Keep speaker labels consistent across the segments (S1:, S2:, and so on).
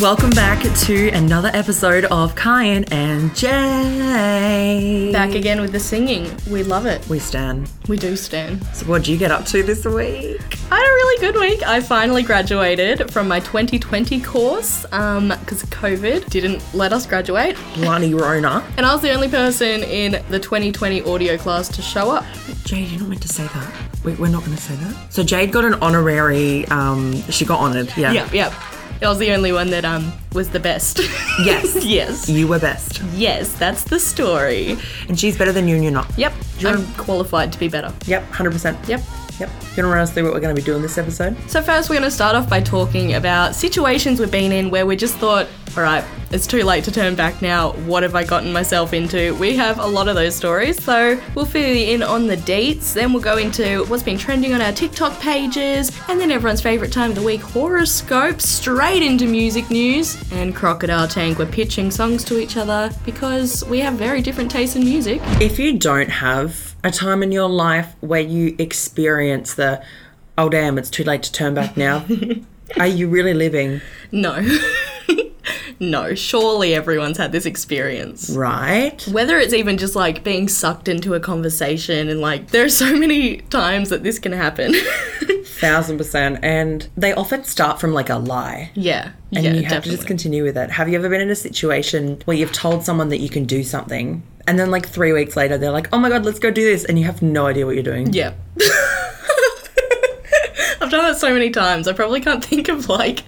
S1: Welcome back to another episode of Kyan and Jay.
S2: Back again with the singing. We love it.
S1: We stand.
S2: We do, Stan.
S1: So what'd you get up to this week?
S2: I had a really good week. I finally graduated from my 2020 course because COVID didn't let us graduate.
S1: Bloody Rona.
S2: And I was the only person in the 2020 audio class to show up.
S1: Jade, you're not meant to say that. We, we're not going to say that. So Jade got an honorary. Um, she got honoured. Yeah.
S2: yep. I was the only one that um was the best.
S1: Yes.
S2: yes.
S1: You were best,
S2: Yes, that's the story.
S1: and she's better than you, and you're not.
S2: Yep.
S1: you
S2: I'm
S1: wanna-
S2: qualified to be better.
S1: Yep. Hundred percent.
S2: Yep.
S1: Yep. You want to run us through what we're going to be doing this episode?
S2: So first we're going to start off by talking about situations we've been in where we just thought, all right, it's too late to turn back now. What have I gotten myself into? We have a lot of those stories. So we'll fill you in on the dates, then we'll go into what's been trending on our TikTok pages, and then everyone's favorite time of the week, horoscope, straight into music news, and Crocodile Tank We're pitching songs to each other because we have very different tastes in music.
S1: If you don't have a time in your life where you experience the, oh damn, it's too late to turn back now, are you really living?
S2: No. no, surely everyone's had this experience.
S1: Right.
S2: whether it's even just like being sucked into a conversation and like there are so many times that this can happen
S1: Thousand percent. And they often start from like a lie.
S2: yeah
S1: And
S2: yeah
S1: you have
S2: definitely
S1: to just continue with it. Have you ever been in a situation where you've told someone that you can do something and then like three weeks later they're like, oh my God, let's go do this. And you have no idea what you're doing.
S2: yeah i've done that so many times i probably can't think of like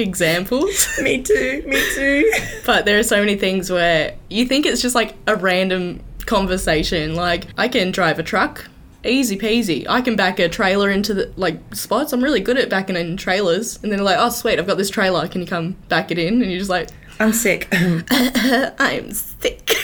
S2: examples
S1: Me too. Me too.
S2: but there are so many things where you think it's just like a random conversation like i can drive a truck easy peasy i can back a trailer into the like spots i'm really good at backing in trailers and then they're like oh sweet i've got this trailer can you come back it in and you're just like
S1: I'm sick.
S2: I'm sick.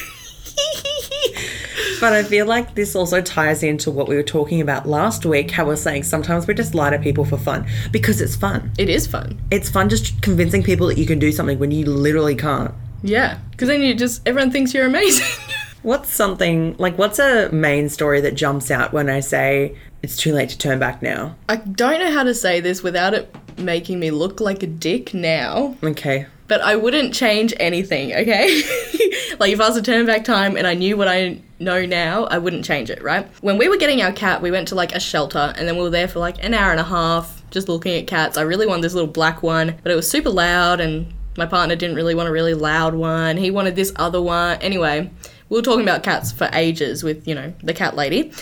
S1: But I feel like this also ties into what we were talking about last week, how we're saying sometimes we just lie to people for fun because it's fun.
S2: it is fun.
S1: It's fun just convincing people that you can do something when you literally can't.
S2: Yeah. Because then you just, everyone thinks you're amazing.
S1: What's something like what's a main story that jumps out when I say it's too late to turn back now?
S2: I don't know how to say this without it making me look like a dick now,
S1: Okay.
S2: but I wouldn't change anything, okay? like, if I was to turn back time and I knew what I know now, I wouldn't change it, right? When we were getting our cat, we went to like a shelter and then we were there for like an hour and a half just looking at cats. I really wanted this little black one, but it was super loud and my partner didn't really want a really loud one. He wanted this other one. Anyway, we were talking about cats for ages with, you know, the cat lady.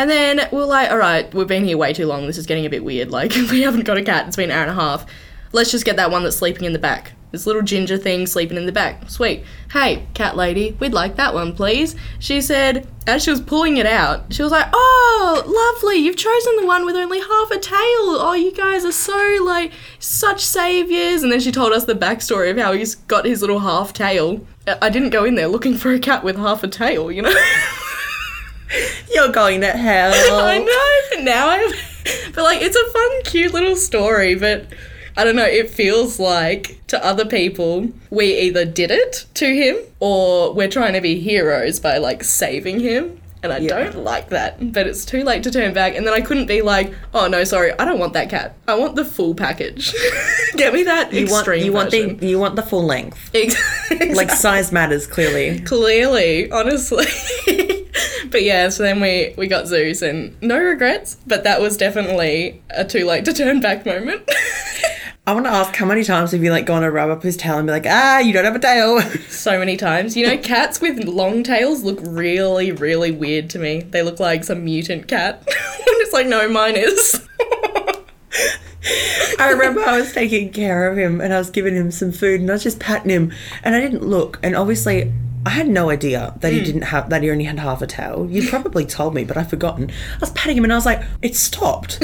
S2: And then we were like, all right, we've been here way too long. This is getting a bit weird. Like, we haven't got a cat. It's been an hour and a half. Let's just get that one that's sleeping in the back. This little ginger thing sleeping in the back. Sweet. Hey, cat lady, we'd like that one, please. She said, as she was pulling it out, she was like, oh, lovely. You've chosen the one with only half a tail. Oh, you guys are so, like, such saviors. And then she told us the backstory of how he's got his little half tail. I I didn't go in there looking for a cat with half a tail, you know?
S1: You're going to hell.
S2: I know, but now I'm. But like, it's a fun, cute little story, but I don't know, it feels like to other people, we either did it to him or we're trying to be heroes by like saving him. And I
S1: Yeah.
S2: don't like that, but it's too late to turn back. And then I couldn't be like, oh no, sorry, I don't want that cat. I want the full package. Get me that
S1: You want
S2: extreme
S1: you want
S2: version.
S1: the you want the full length.
S2: Ex-
S1: Like size matters clearly.
S2: clearly honestly but yeah so then we we got zoos and no regrets but that was definitely a too late to turn back moment
S1: I want to ask how many times have you like gone to rub up his tail and be like, ah, you don't have a tail.
S2: so many times you know cats with long tails look really really weird to me they look like some mutant cat and it's like no mine is
S1: I remember I was taking care of him and I was giving him some food and I was just patting him and I didn't look and obviously I had no idea that
S2: Hmm.
S1: he didn't have that he only had half a tail. You probably told me, but I've forgotten. I was patting him and I was like, it stopped.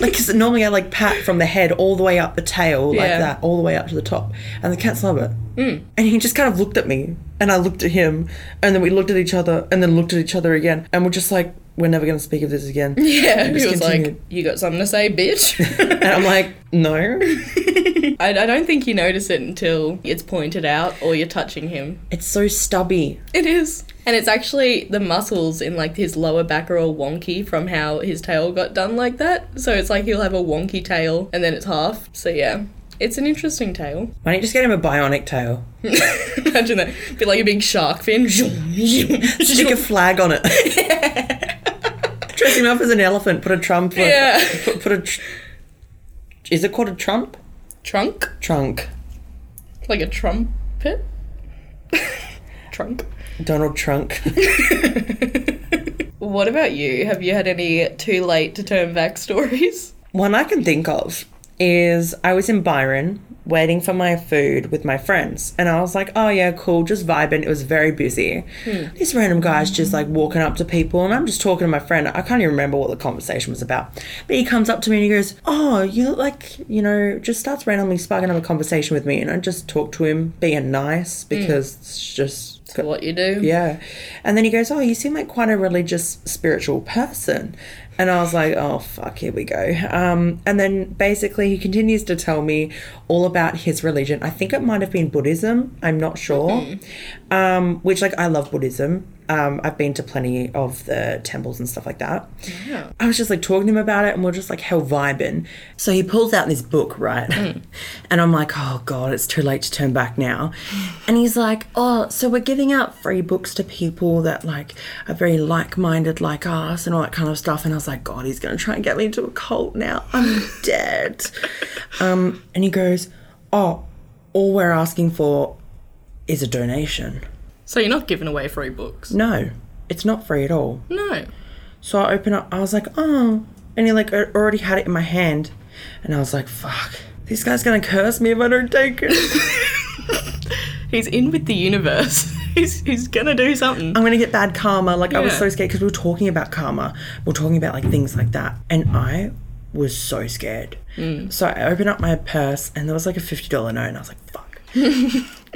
S1: like 'cause normally I like pat from the head all the way up the tail like
S2: Yeah. Hmm.
S1: that, all the way up to the top, and the cat's love it. And he just kind of looked at me and I looked at him and then we looked at each other and then looked at each other again and we're just like, we're never going to speak of this again.
S2: yeah
S1: Just
S2: he was like
S1: continued.
S2: you got something to say bitch
S1: and I'm like, no.
S2: I, I don't think you notice it until it's pointed out or you're touching him
S1: It's so stubby.
S2: It is. And it's actually the muscles in like his lower back are all wonky from how his tail got done like that. So it's like he'll have a wonky tail and then it's half. So yeah. It's an interesting tale.
S1: Why don't you just get him a bionic tail?
S2: Imagine that. Be like a big shark fin.
S1: Stick a flag on it. Dress him up as an elephant. Put a trump. Put,
S2: Yeah.
S1: Put, put a. Tr- is it called a trump?
S2: Trunk?
S1: Trunk.
S2: Like a trumpet? Trunk.
S1: Donald Trunk.
S2: What about you? Have you had any too late to turn back stories?
S1: One I can think of is I was in Byron waiting for my food with my friends, and I was like, oh yeah, cool, just vibing. It was very busy. This random guy's just like walking up to people, and I'm just talking to my friend. I can't even remember what the conversation was about, but he comes up to me and he goes, oh, you look like, you know, just starts randomly sparking up a conversation with me, and I just talk to him, being nice because it's just
S2: To what you do?
S1: yeah. And then he goes, Oh, you seem like quite a religious, spiritual person. And I was like, Oh, fuck, here we go. Um, and then basically he continues to tell me all about his religion. I think it might have been Buddhism. I'm not sure. Um, which, like, I love Buddhism. Um, I've been to plenty of the temples and stuff like that. I was just like talking to him about it and we're just like hell vibing. So he pulls out this book, right? And I'm like, oh God, it's too late to turn back now. And he's like, oh, so we're giving out free books to people that like are very like minded like us and all that kind of stuff. And I was like, God, he's going to try and get me into a cult now. I'm dead. um, and he goes, oh, all we're asking for is a donation.
S2: So you're not giving away free books?
S1: No, it's not free at all.
S2: No.
S1: So I open up, I was like, oh. And he like a- already had it in my hand. And I was like, fuck, this guy's gonna curse me if I don't take it.
S2: He's in with the universe. he's, he's gonna do something.
S1: I'm gonna get bad karma. Like, I was
S2: Yeah.
S1: so scared because we were talking about karma. We are talking about like things like that. And I was so scared. So I opened up my purse and there was like a $50 note. And I was like, fuck.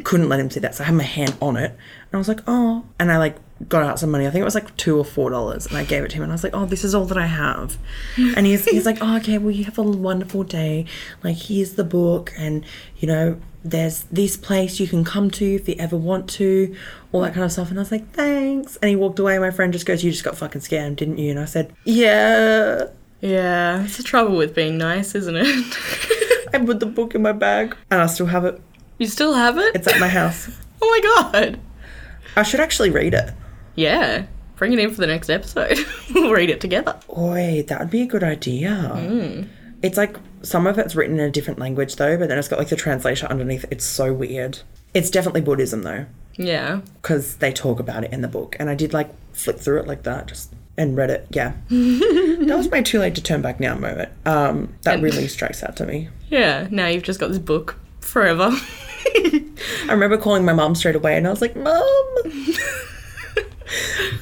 S1: Couldn't let him see that. So I had my hand on it. And I was like, oh. And I like got out some money. I think it was like two or four dollars. And I gave it to him. And I was like, oh, this is all that I have. And he's, he's like, oh, okay, well, you have a wonderful day. Like, here's the book. And, you know, there's this place you can come to if you ever want to, all that kind of stuff. And I was like, thanks. And he walked away. My friend just goes, you just got fucking scammed, didn't you? And I said, yeah.
S2: Yeah, it's the trouble with being nice, isn't it?
S1: I put the book in my bag. And I still have it.
S2: you still have it?
S1: It's at my house.
S2: oh my god.
S1: I should actually read it.
S2: Yeah. Bring it in for the next episode. we'll read it together.
S1: Oi, that would be a good idea. It's like some of it's written in a different language though, but then it's got like the translation underneath. It's so weird. It's definitely Buddhism though,
S2: Yeah.
S1: because they talk about it in the book. And I did like flick through it like that, just and read it. Yeah, that was my too late to turn back now moment. Um, that really strikes out to me.
S2: Yeah. Now you've just got this book forever.
S1: I remember calling my mom straight away, and I was like, "Mom."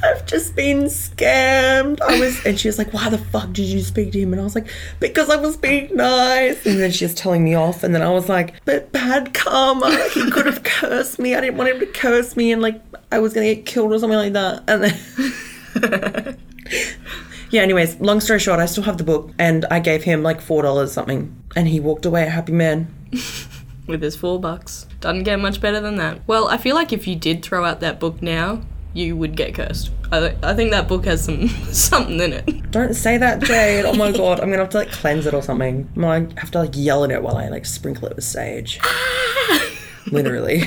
S1: I've just been scammed. I was, and she was like, "Why the fuck did you speak to him?" And I was like, "Because I was being nice." And then she was telling me off, and then I was like, "But bad karma. He could have cursed me. I didn't want him to curse me, and like I was gonna get killed or something like that." And then. Yeah, anyways, long story short, I still have the book and I gave him like $4 something and he walked away a happy man.
S2: with his four bucks. Doesn't get much better than that. Well, I feel like if you did throw out that book now, you would get cursed. I, th- I think that book has some something in it.
S1: Don't say that, Jade. Oh my god, I'm gonna have to like cleanse it or something. I'm gonna like, have to like yell at it while I like sprinkle it with sage. Literally.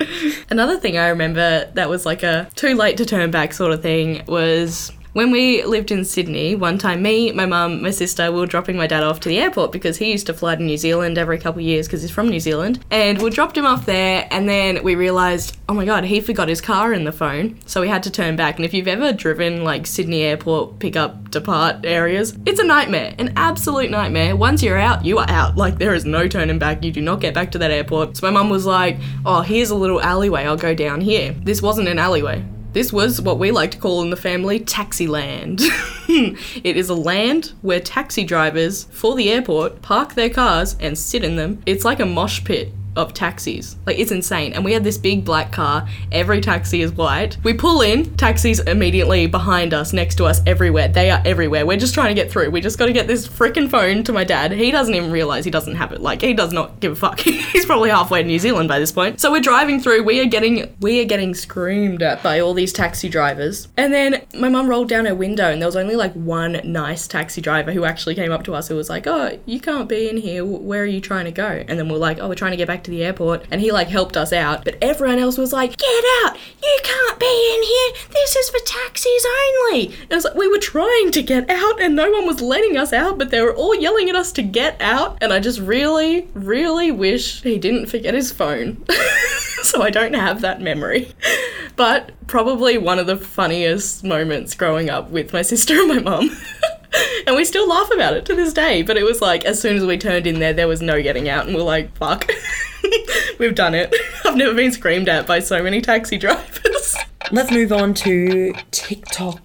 S2: Another thing I remember that was like a too late to turn back sort of thing was when we lived in Sydney, one time me, my mum, my sister, we were dropping my dad off to the airport because he used to fly to New Zealand every couple of years because he's from New Zealand. And we dropped him off there and then we realised, oh my god, he forgot his car in the phone. So we had to turn back. And if you've ever driven like Sydney airport pick up depart areas, it's a nightmare, an absolute nightmare. Once you're out, you are out. Like there is no turning back. You do not get back to that airport. So my mum was like, "Oh, here's a little alleyway. I'll go down here." This wasn't an alleyway. This was what we like to call in the family taxi land. it is a land where taxi drivers for the airport park their cars and sit in them. It's like a mosh pit of taxis. Like it's insane. And we had this big black car. Every taxi is white. We pull in, taxis immediately behind us, next to us, everywhere. They are everywhere. We're just trying to get through. We just got to get this freaking phone to my dad. He doesn't even realize he doesn't have it. Like he does not give a fuck. He's probably halfway to New Zealand by this point. So we're driving through. We are getting we are getting screamed at by all these taxi drivers. And then my mum rolled down her window and there was only like one nice taxi driver who actually came up to us who was like, "Oh, you can't be in here. Where are you trying to go?" And then we we're like, "Oh, we're trying to get back to the airport." And he like helped us out. But everyone else was like, "Get out! You can't be in here. This is for taxis only." And it was like we were trying to get out and no one was letting us out, but they were all yelling at us to get out. And I just really, really wish he didn't forget his phone. so I don't have that memory. But probably one of the funniest moments growing up with my sister and my mum. and we still laugh about it to this day, but it was like as soon as we turned in there, there was no getting out, and we're like, fuck. We've done it. I've never been screamed at by so many taxi drivers.
S1: Let's move on to TikTok.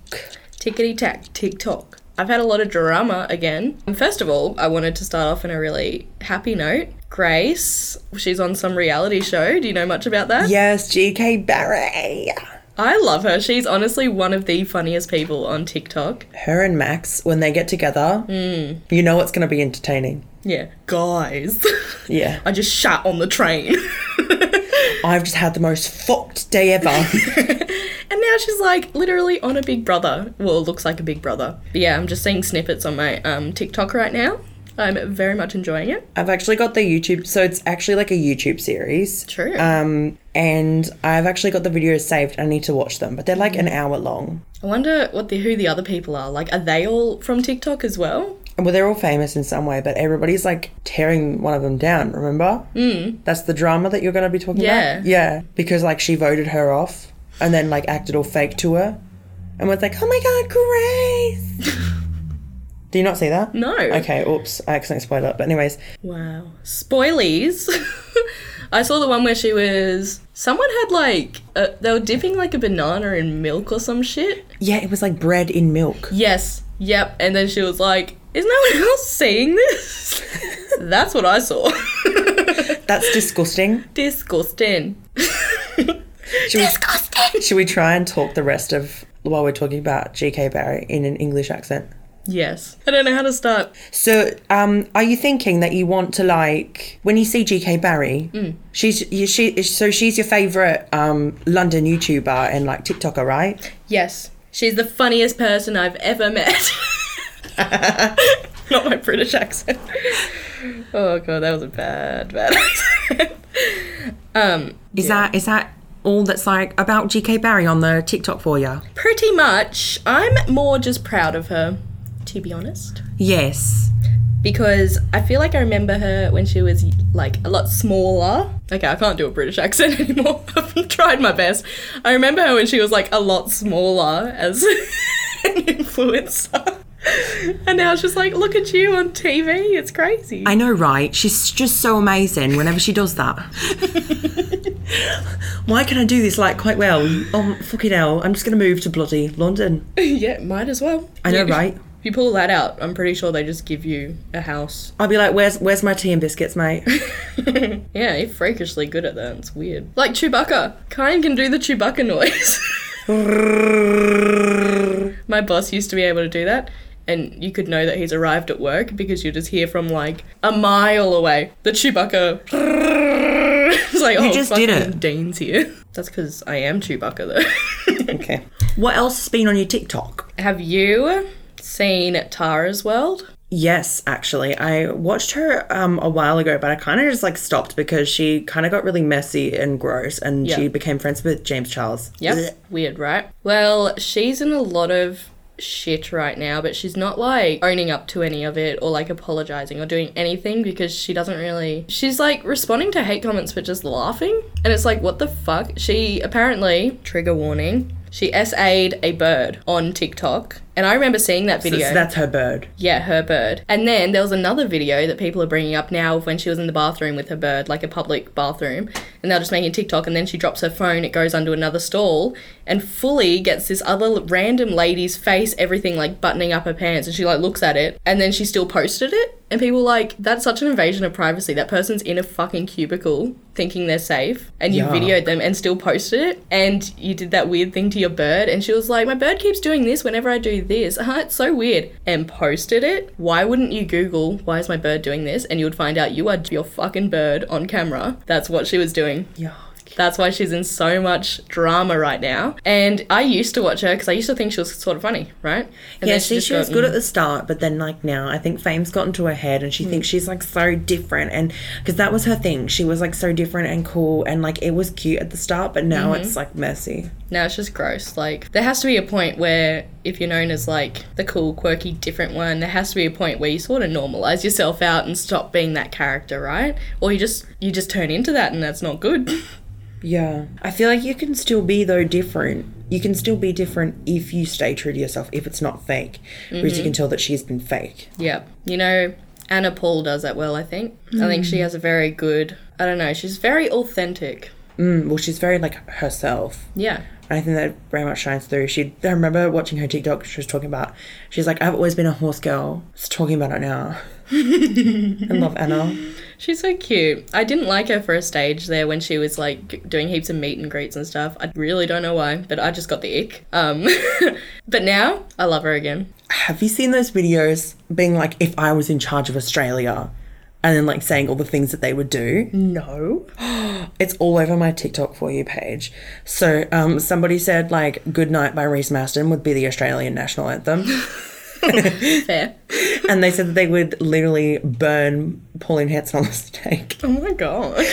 S2: Tickety tack, TikTok. I've had a lot of drama again. First of all, I wanted to start off on a really happy note. Grace, she's on some reality show. Do you know much about that?
S1: Yes, GK Barry.
S2: I love her. She's honestly one of the funniest people on TikTok.
S1: Her and Max, when they get together, you know it's going to be entertaining.
S2: Yeah. Guys.
S1: Yeah.
S2: I just shat on the train.
S1: I've just had the most fucked day ever.
S2: And now she's like literally on a Big Brother. Well, looks like a Big Brother. But yeah, I'm just seeing snippets on my um, TikTok right now. I'm very much enjoying it.
S1: I've actually got the YouTube, so it's actually like a YouTube series.
S2: True.
S1: Um, and I've actually got the videos saved. I need to watch them, but they're like an hour long.
S2: I wonder what the who the other people are. Like, are they all from TikTok as well?
S1: Well, they're all famous in some way, but everybody's like tearing one of them down, remember? Mm. That's the drama that you're going to be talking
S2: Yeah.
S1: about? Yeah. Because like she voted her off and then like acted all fake to her and was like, oh my God, Grace. Do you not see that?
S2: No.
S1: Okay, oops. I accidentally spoiled it. But, anyways,
S2: Wow. Spoilies. I saw the one where she was. Someone had like. Uh, they were dipping like a banana in milk or some shit.
S1: yeah, it was like bread in milk.
S2: Yes. Yep. And then she was like, is no one else seeing this? That's what I saw.
S1: That's disgusting.
S2: Disgusting.
S1: Should we,
S2: Disgusting.
S1: should we try and talk the rest of while we're talking about GK Barry in an English accent?
S2: Yes. I don't know how to start.
S1: So, um, are you thinking that you want to like when you see GK Barry? She's you, she so she's your favorite um, London YouTuber and like TikToker, right?
S2: Yes. She's the funniest person I've ever met. Not my British accent. Oh god, that was a bad, bad accent. Um,
S1: Is that is that all that's like about GK Barry on the TikTok for you?
S2: pretty much, I'm more just proud of her, to be honest.
S1: Yes.
S2: because I feel like I remember her when she was like a lot smaller. Okay, I can't do a British accent anymore. I've tried my best. I remember her when she was like a lot smaller as an influencer. And now she's like, look at you on TV. It's crazy.
S1: I know, right? She's just so amazing whenever she does that. Why can I do this like quite well? Oh fucking hell! I'm just gonna move to bloody London.
S2: yeah, might as well.
S1: I know, right?
S2: If you pull that out, I'm pretty sure they just give you a house.
S1: I'll be like, where's where's my tea and biscuits, mate?
S2: Yeah, he's freakishly good at that. It's weird. Like Chewbacca. Kyan can do the Chewbacca noise. My boss used to be able to do that, and you could know that he's arrived at work because you just hear from like a mile away the Chewbacca. it's like, oh,
S1: just did
S2: fucking
S1: it.
S2: Dane's here. That's because I am Chewbacca, though.
S1: okay. What else has been on your TikTok?
S2: Have you seen Tara's World?
S1: Yes, actually. I watched her um, a while ago, but I kind of just like stopped because she kind of got really messy and gross and
S2: Yeah.
S1: she became friends with James Charles. Ugh.
S2: Yep. Weird, right? Well, she's in a lot of shit right now, but she's not like owning up to any of it or like apologizing or doing anything because she doesn't really. She's like responding to hate comments but just laughing. And it's like, what the fuck? She apparently, trigger warning, she SA'd a bird on TikTok. And I remember seeing that video.
S1: So that's her bird.
S2: Yeah, her bird. And then there was another video that people are bringing up now of when she was in the bathroom with her bird, like a public bathroom, and they're just making TikTok. And then she drops her phone, it goes under another stall, and fully gets this other l- random lady's face, everything like buttoning up her pants, and she like looks at it, and then she still posted it. And people were like, that's such an invasion of privacy. That person's in a fucking cubicle thinking they're safe and you
S1: Yeah.
S2: videoed them and still posted it and you did that weird thing to your bird and she was like, My bird keeps doing this whenever I do this. Uh-huh, it's so weird. And posted it. Why wouldn't you Google why is my bird doing this? And you would find out you are your fucking bird on camera. That's what she was doing.
S1: Yuck.
S2: That's why she's in so much drama right now. And I used to watch her because I used to think she was sort of funny, right? And
S1: yeah,
S2: then
S1: she,
S2: just
S1: she
S2: got-
S1: was good at the start, but then like now, I think fame's gotten to her head, and
S2: Hmm.
S1: she thinks she's like so different, and because that was her thing, she was like so different and cool, and like it was cute at the start, but now
S2: Mm-hmm.
S1: it's like messy.
S2: No, it's just gross. Like, there has to be a point where, if you're known as like the cool, quirky, different one, there has to be a point where you sort of normalize yourself out and stop being that character, right? Or you just you just turn into that, and that's not good.
S1: Yeah, I feel like you can still be though different. You can still be different if you stay true to yourself, if it's not fake, whereas you can tell that she's been fake.
S2: yeah, you know, Anna Paul does that well. I think. I think she has a very good. I don't know. She's very authentic.
S1: Mm, well, she's very like herself.
S2: Yeah.
S1: And I think that very much shines through. She, I remember watching her TikTok. She was talking about. She's like, I've always been a horse girl. She's talking about it now. I love Anna.
S2: She's so cute. I didn't like her for a stage there when she was like g- doing heaps of meet and greets and stuff. I really don't know why, but I just got the ick. Um, but now I love her again.
S1: Have you seen those videos being like, if I was in charge of Australia, and then like saying all the things that they would do?
S2: No.
S1: It's all over my TikTok for you page. So um, somebody said like "Good Night" by Reese Maston would be the Australian national anthem,
S2: Fair.
S1: and they said that they would literally burn Pauline Hanson on the stake,
S2: Oh my god.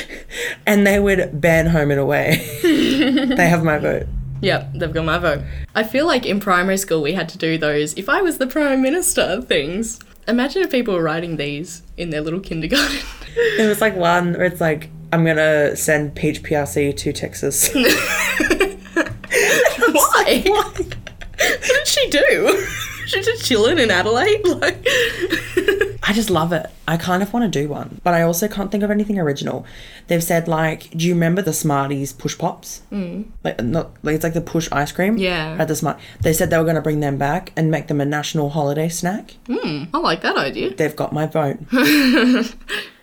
S1: and they would ban Home and Away. they have my vote.
S2: Yep, they've got my vote. I feel like in primary school we had to do those if I was the prime minister things. Imagine if people were writing these in their little kindergarten.
S1: There was like one where it's like, "I'm gonna send Peach PRC to Texas."
S2: Why? what did she do? she just chilling in Adelaide? Like
S1: I just love it. I kind of want to do one, but I also can't think of anything original. They've said like, do you remember the Smarties push pops? Mm. Like not like it's like the push ice cream.
S2: Yeah.
S1: At the smart, they said they were going to bring them back and make them a national holiday snack.
S2: I like that idea.
S1: They've got my vote.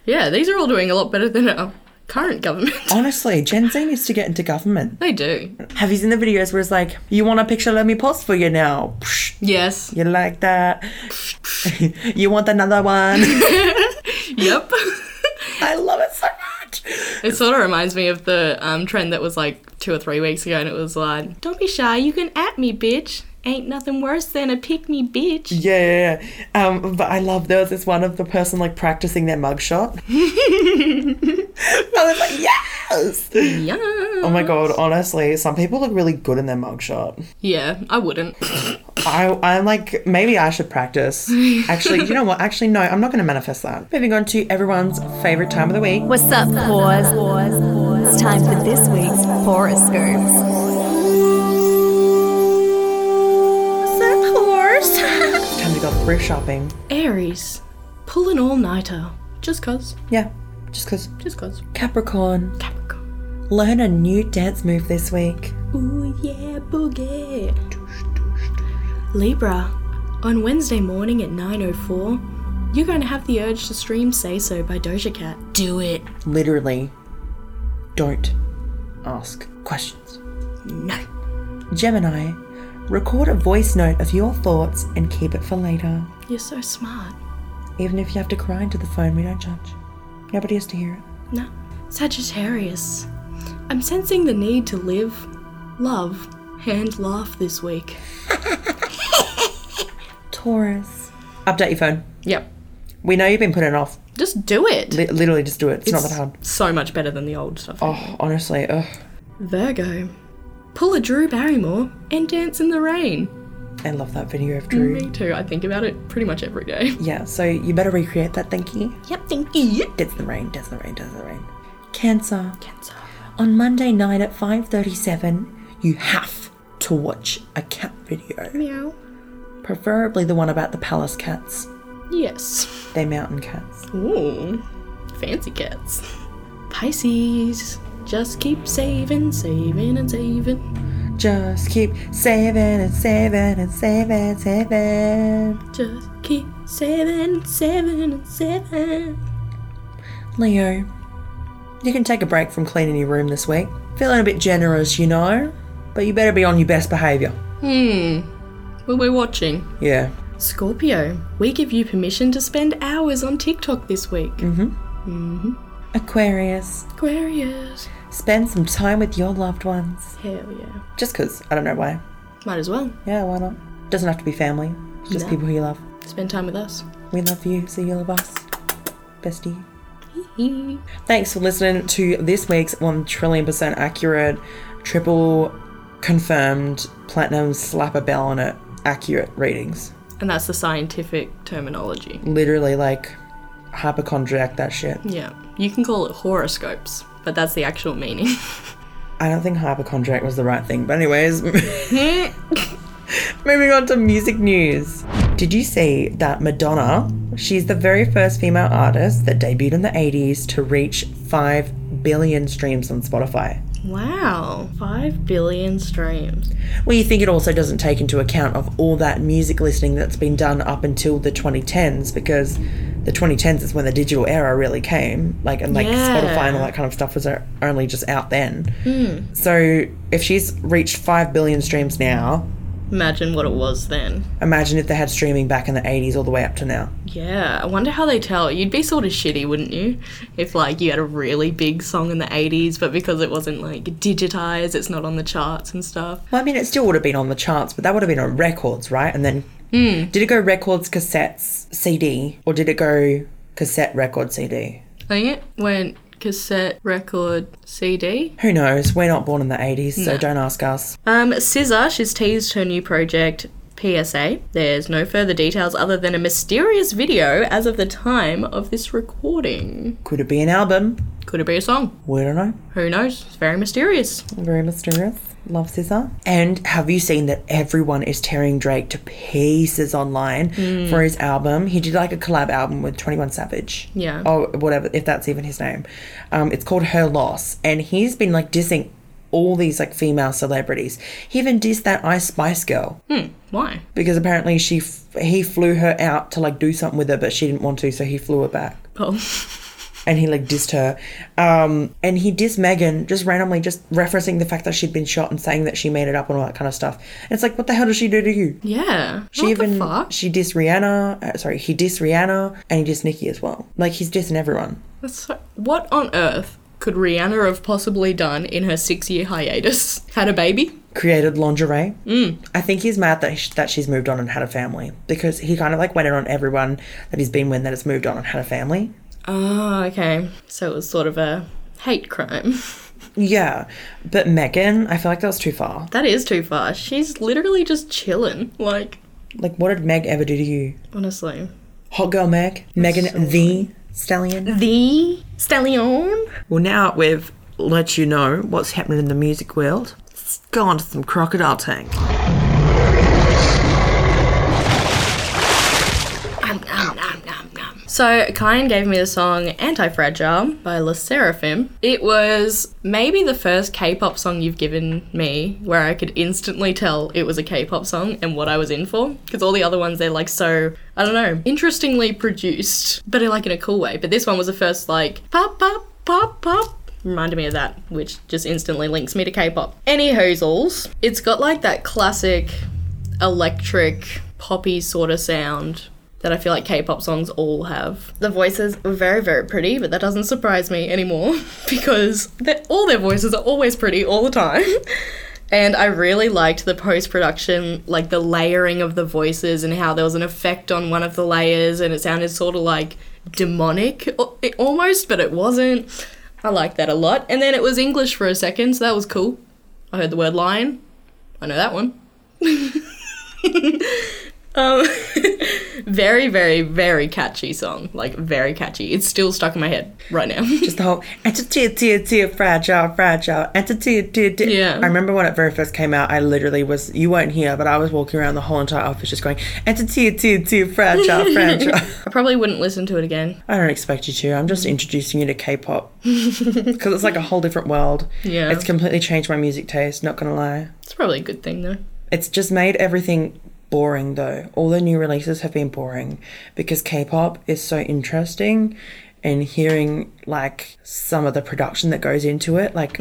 S2: Yeah, these are all doing a lot better than our current government.
S1: Honestly, Gen Z needs to get into government.
S2: they do.
S1: Have you seen the videos where it's like, you want a picture? Let me post for you now. Psh,
S2: Yes.
S1: You like that? you want another one?
S2: Yep. Uh,
S1: I love it so much.
S2: It sort of reminds me of the um, trend that was like two or three weeks ago, and it was like, "Don't be shy, you can at me, bitch. Ain't nothing worse than a pick me, bitch."
S1: Yeah, yeah, yeah. Um, but I love there was this one of the person like practicing their mugshot. I was like, yes.
S2: Yeah.
S1: Oh my god, honestly, some people look really good in their mugshot.
S2: Yeah, I wouldn't.
S1: I, I'm like, maybe I should practice. Actually, you know what? Actually, no, I'm not going to manifest that. Moving on to everyone's favorite time of the week.
S3: What's up, pause? It's time for this week's horoscopes.
S1: Time to go thrift shopping.
S2: Aries, pull an all nighter, just cause,
S1: Yeah, just because.
S2: just cause.
S1: Capricorn,
S2: Capricorn.
S1: learn a new dance move this week.
S2: Ooh yeah, boogie. Libra, on Wednesday morning at 9:04, you're going to have the urge to stream "Say So" by Doja Cat. Do it.
S1: Literally, don't ask questions.
S2: No.
S1: Gemini, record a voice note of your thoughts and keep it for later.
S2: You're so smart.
S1: Even if you have to cry into the phone, we don't judge. Nobody has to hear it.
S2: No. Sagittarius. I'm sensing the need to live, love, and laugh this week.
S1: Taurus, update your phone.
S2: Yep.
S1: We know you've been putting it off.
S2: Just do it.
S1: Li- literally, just do it. It's, not that hard.
S2: So much better than the old stuff.
S1: Oh, honestly, ugh.
S2: Virgo. Pull a Drew Barrymore and dance in the rain.
S1: I love that video of Drew.
S2: Me too. I think about it pretty much every day.
S1: Yeah, so you better recreate that, thank you.
S2: Yep, thank you.
S1: Dance in the rain, dance in the rain, dance in the rain. Cancer. On Monday night at 5.37, you have to watch a cat video.
S2: Meow.
S1: Preferably the one about the palace cats.
S2: Yes.
S1: They're mountain cats.
S2: Ooh. Fancy cats. Pisces. Just keep saving, saving, and saving.
S1: Just keep saving and saving and saving, saving.
S2: Just keep Seven, seven, seven.
S1: Leo, you can take a break from cleaning your room this week. Feeling a bit generous, you know, but you better be on your best behaviour.
S2: Hmm. Well, we're watching.
S1: Yeah.
S2: Scorpio, we give you permission to spend hours on TikTok this week.
S1: Aquarius,
S2: Aquarius.
S1: spend some time with your loved ones.
S2: Hell yeah.
S1: Just 'cause, I don't know why.
S2: Might as well.
S1: Yeah, why not? Doesn't have to be family, just
S2: No.
S1: people who you love.
S2: Spend time with us.
S1: We love you, so you love us. Bestie. Thanks for listening to this week's 1 trillion percent accurate, triple confirmed, platinum slap a bell on it accurate readings.
S2: And that's the scientific terminology.
S1: Literally, like, hypochondriac that shit.
S2: Yeah. You can call it horoscopes, but that's the actual meaning.
S1: I don't think hypochondriac was the right thing, but, anyways. Moving on to music news. Did you see that Madonna? She's the very first female artist that debuted in the 80s to reach 5 billion streams on Spotify.
S2: wow. Five billion streams.
S1: Well, you think it also doesn't take into account of all that music listening that's been done up until the 2010s, because the 2010s is when the digital era really came, like and like
S2: Yeah.
S1: Spotify and all that kind of stuff was o- only just out then. So if she's reached five billion streams now,
S2: Imagine what it was then.
S1: imagine if they had streaming back in the 80s all the way up to now.
S2: Yeah, I wonder how they tell. You'd be sort of shitty, wouldn't you? If like you had a really big song in the 80s, but because it wasn't like digitized, it's not on the charts and stuff.
S1: Well, I mean, it still would have been on the charts, but that would have been on records, right? And then did it go records, cassettes, CD, or did it go cassette, record, CD?
S2: I think it went cassette, record, CD.
S1: Who knows? We're not born in the 80s, so don't ask us.
S2: Um, Scissor, she's teased her new project. PSA, there's no further details other than a mysterious video as of the time of this recording.
S1: Could it be an album?
S2: Could it be a song?
S1: We don't know.
S2: Who knows? It's very mysterious.
S1: Very mysterious. Love Scissor. And have you seen that everyone is tearing Drake to pieces online for his album? He did like a collab album with 21 Savage.
S2: Yeah.
S1: Or whatever, if that's even his name. Um, it's called Her Loss. And he's been like dissing all these like female celebrities. He even dissed that Ice Spice Girl
S2: Why?
S1: because apparently she f- he flew her out to like do something with her, but she didn't want to, so he flew her back.
S2: Oh,
S1: and he like dissed her. Um, and he dissed Megan just randomly, just referencing the fact that she'd been shot and saying that she made it up and all that kind of stuff. And it's like, what the hell does she do to you?
S2: yeah.
S1: She
S2: what
S1: even
S2: the fuck?
S1: she dissed Rihanna. Uh, sorry, he dissed Rihanna and he dissed Nicki as well. Like he's dissing everyone.
S2: That's so- what on earth could Rihanna have possibly done in her six year hiatus? Had a baby?
S1: Created lingerie. Mm. I think he's mad that sh that she's moved on and had a family because he kind of like went in on everyone that he's been with that has moved on and had a family.
S2: Oh, okay. So it was sort of a hate crime.
S1: Yeah, but Megan, I feel like that was too far.
S2: That is too far. She's literally just chilling. Like,
S1: Like, what did Meg ever do to you?
S2: honestly.
S1: Hot girl Meg, Megan the Stallion.
S2: The Stallion.
S1: Well, now we've let you know what's happening in the music world. Let's go on to some Crocodile Tank.
S2: Nom, nom, nom, nom, nom. So, Kyan gave me the song Anti Fragile by La Seraphim. It was maybe the first K pop song you've given me where I could instantly tell it was a K pop song and what I was in for. Because all the other ones, they're like so, I don't know, interestingly produced, but in like in a cool way. But this one was the first, like, pop, pop, pop, pop. reminded me of that, which just instantly links me to K-pop. Any hoozles. It's got like that classic electric poppy sort of sound that I feel like K-pop songs all have. The voices were very, very pretty, but that doesn't surprise me anymore because they're- all their voices are always pretty all the time. And I really liked the post production, like the layering of the voices and how there was an effect on one of the layers and it sounded sort of like demonic al- almost, but it wasn't. I liked that a lot. And then it was English for a second, so that was cool. I heard the word lion. I know that one. um, very, very, very catchy song. Like, very catchy. It's still stuck in my head right now.
S1: Just the whole entity, tear, tear, fragile, fragile, entity, tear, tear.
S2: Yeah.
S1: I remember when it very first came out, I literally was, you weren't here, but I was walking around the whole entire office just going, entity, tear, tear, fragile, fragile.
S2: I probably wouldn't listen to it again.
S1: I don't expect you to. I'm just introducing you to K pop because it's like a whole different world.
S2: Yeah.
S1: It's completely changed my music taste, not gonna lie.
S2: It's probably a good thing, though.
S1: It's just made everything boring though. All the new releases have been boring because K-pop is so interesting and hearing like some of the production that goes into it, like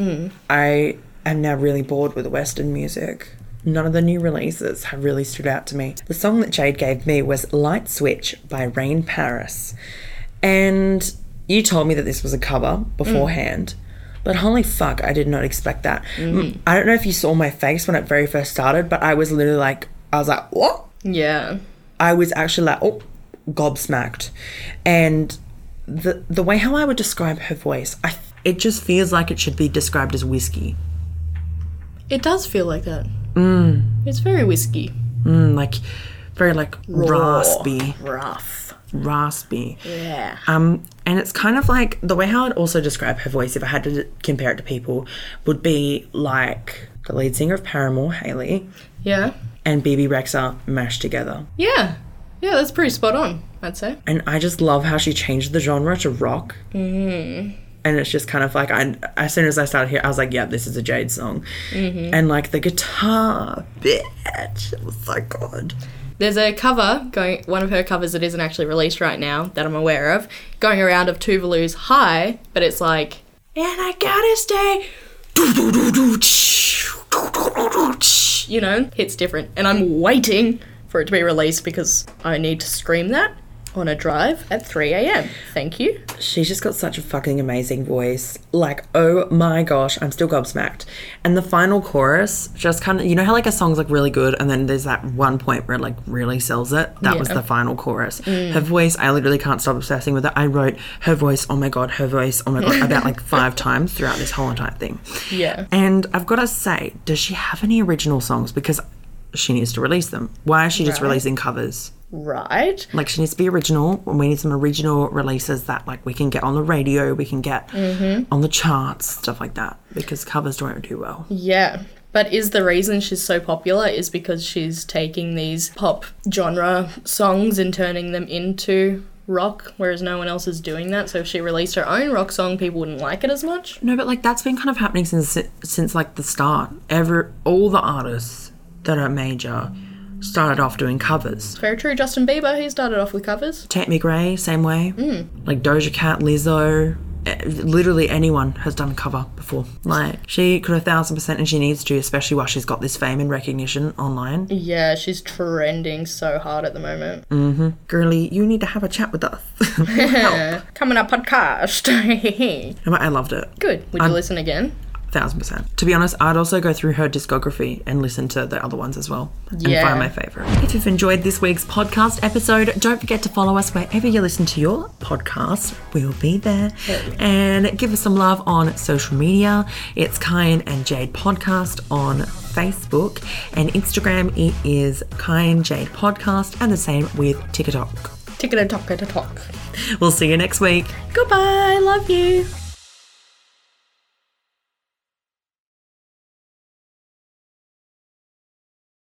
S1: I am now really bored with western music. None of the new releases have really stood out to me. The song that Jade gave me was Light Switch by Rain Paris. And you told me that this was a cover beforehand. But holy fuck, I did not expect that. M- I don't know if you saw my face when it very first started, but I was literally like, I was like, what?
S2: Yeah.
S1: I was actually like, oh, gobsmacked. And the the way how I would describe her voice, I it just feels like it should be described as whiskey.
S2: It does feel like that. Mm. It's very whiskey.
S1: Mm, like very like raspy,
S2: Rough.
S1: raspy.
S2: Yeah.
S1: Um, and it's kind of like the way how I'd also describe her voice, if I had to d- compare it to people, would be like the lead singer of Paramore, Haley,
S2: Yeah.
S1: and BB Rexha mashed together.
S2: Yeah. Yeah, that's pretty spot on, I'd say.
S1: and I just love how she changed the genre to rock. Mm.
S2: Mm-hmm.
S1: And it's just kind of like I, as soon as I started here, I was like, "Yeah, this is a Jade song,"
S2: Mm-hmm.
S1: and like the guitar, bitch, it was so good.
S2: There's a cover going, one of her covers that isn't actually released right now that I'm aware of, going around of Tuvalu's High, but it's like, and I gotta stay. You know, hits different. And I'm waiting for it to be released because I need to scream that on a drive at 3 a.m. Thank you.
S1: She's just got such a fucking amazing voice. Like, oh my gosh, I'm still gobsmacked. And the final chorus just kind of, you know how like a song's like really good, and then there's that one point where it like really sells it. That was
S2: Yeah. Mm.
S1: the final chorus. Her voice, I literally can't stop obsessing with it. I wrote her voice, oh my god, her voice, oh my god, about like five times throughout this whole entire thing.
S2: Yeah.
S1: And I've got to say, does she have any original songs? Because she needs to release them. Why is she just releasing covers?
S2: Right.
S1: Like she needs to be original. and We need some original releases that like we can get on the radio, we can get
S2: Mm-hmm.
S1: on the charts, stuff like that. Because covers don't do well.
S2: Yeah. But is the reason she's so popular is because she's taking these pop genre songs and turning them into rock, whereas no one else is doing that. So if she released her own rock song, people wouldn't like it as much.
S1: No, but like that's been kind of happening since since like the start. Ever all the artists that are major started off doing covers.
S2: Very true. Justin Bieber, he started off with covers.
S1: Tate McRae, same way.
S2: Mm.
S1: Like Doja Cat, Lizzo, eh, literally anyone has done a cover before. Like she could a thousand percent, and she needs to, especially while she's got this fame and recognition online.
S2: Yeah, uh, she's trending so hard at the moment.
S1: Girly, you need to have a chat with us. Help.
S2: Coming up podcast.
S1: And I loved it.
S2: Good. Would you listen again?
S1: Thousand percent. To be honest, I'd also go through her discography and listen to the other ones as well and
S2: Yeah.
S1: find my favorite. If you've enjoyed this week's podcast episode, don't forget to follow us wherever you listen to your podcast. We'll be there. And give us some love on social media. It's Kyan and Jade Podcast on Facebook and Instagram. It is Kyan Jade Podcast and the same with TikTok.
S2: Ticket a talk, a talk.
S1: We'll see you next week.
S2: Goodbye. Love you.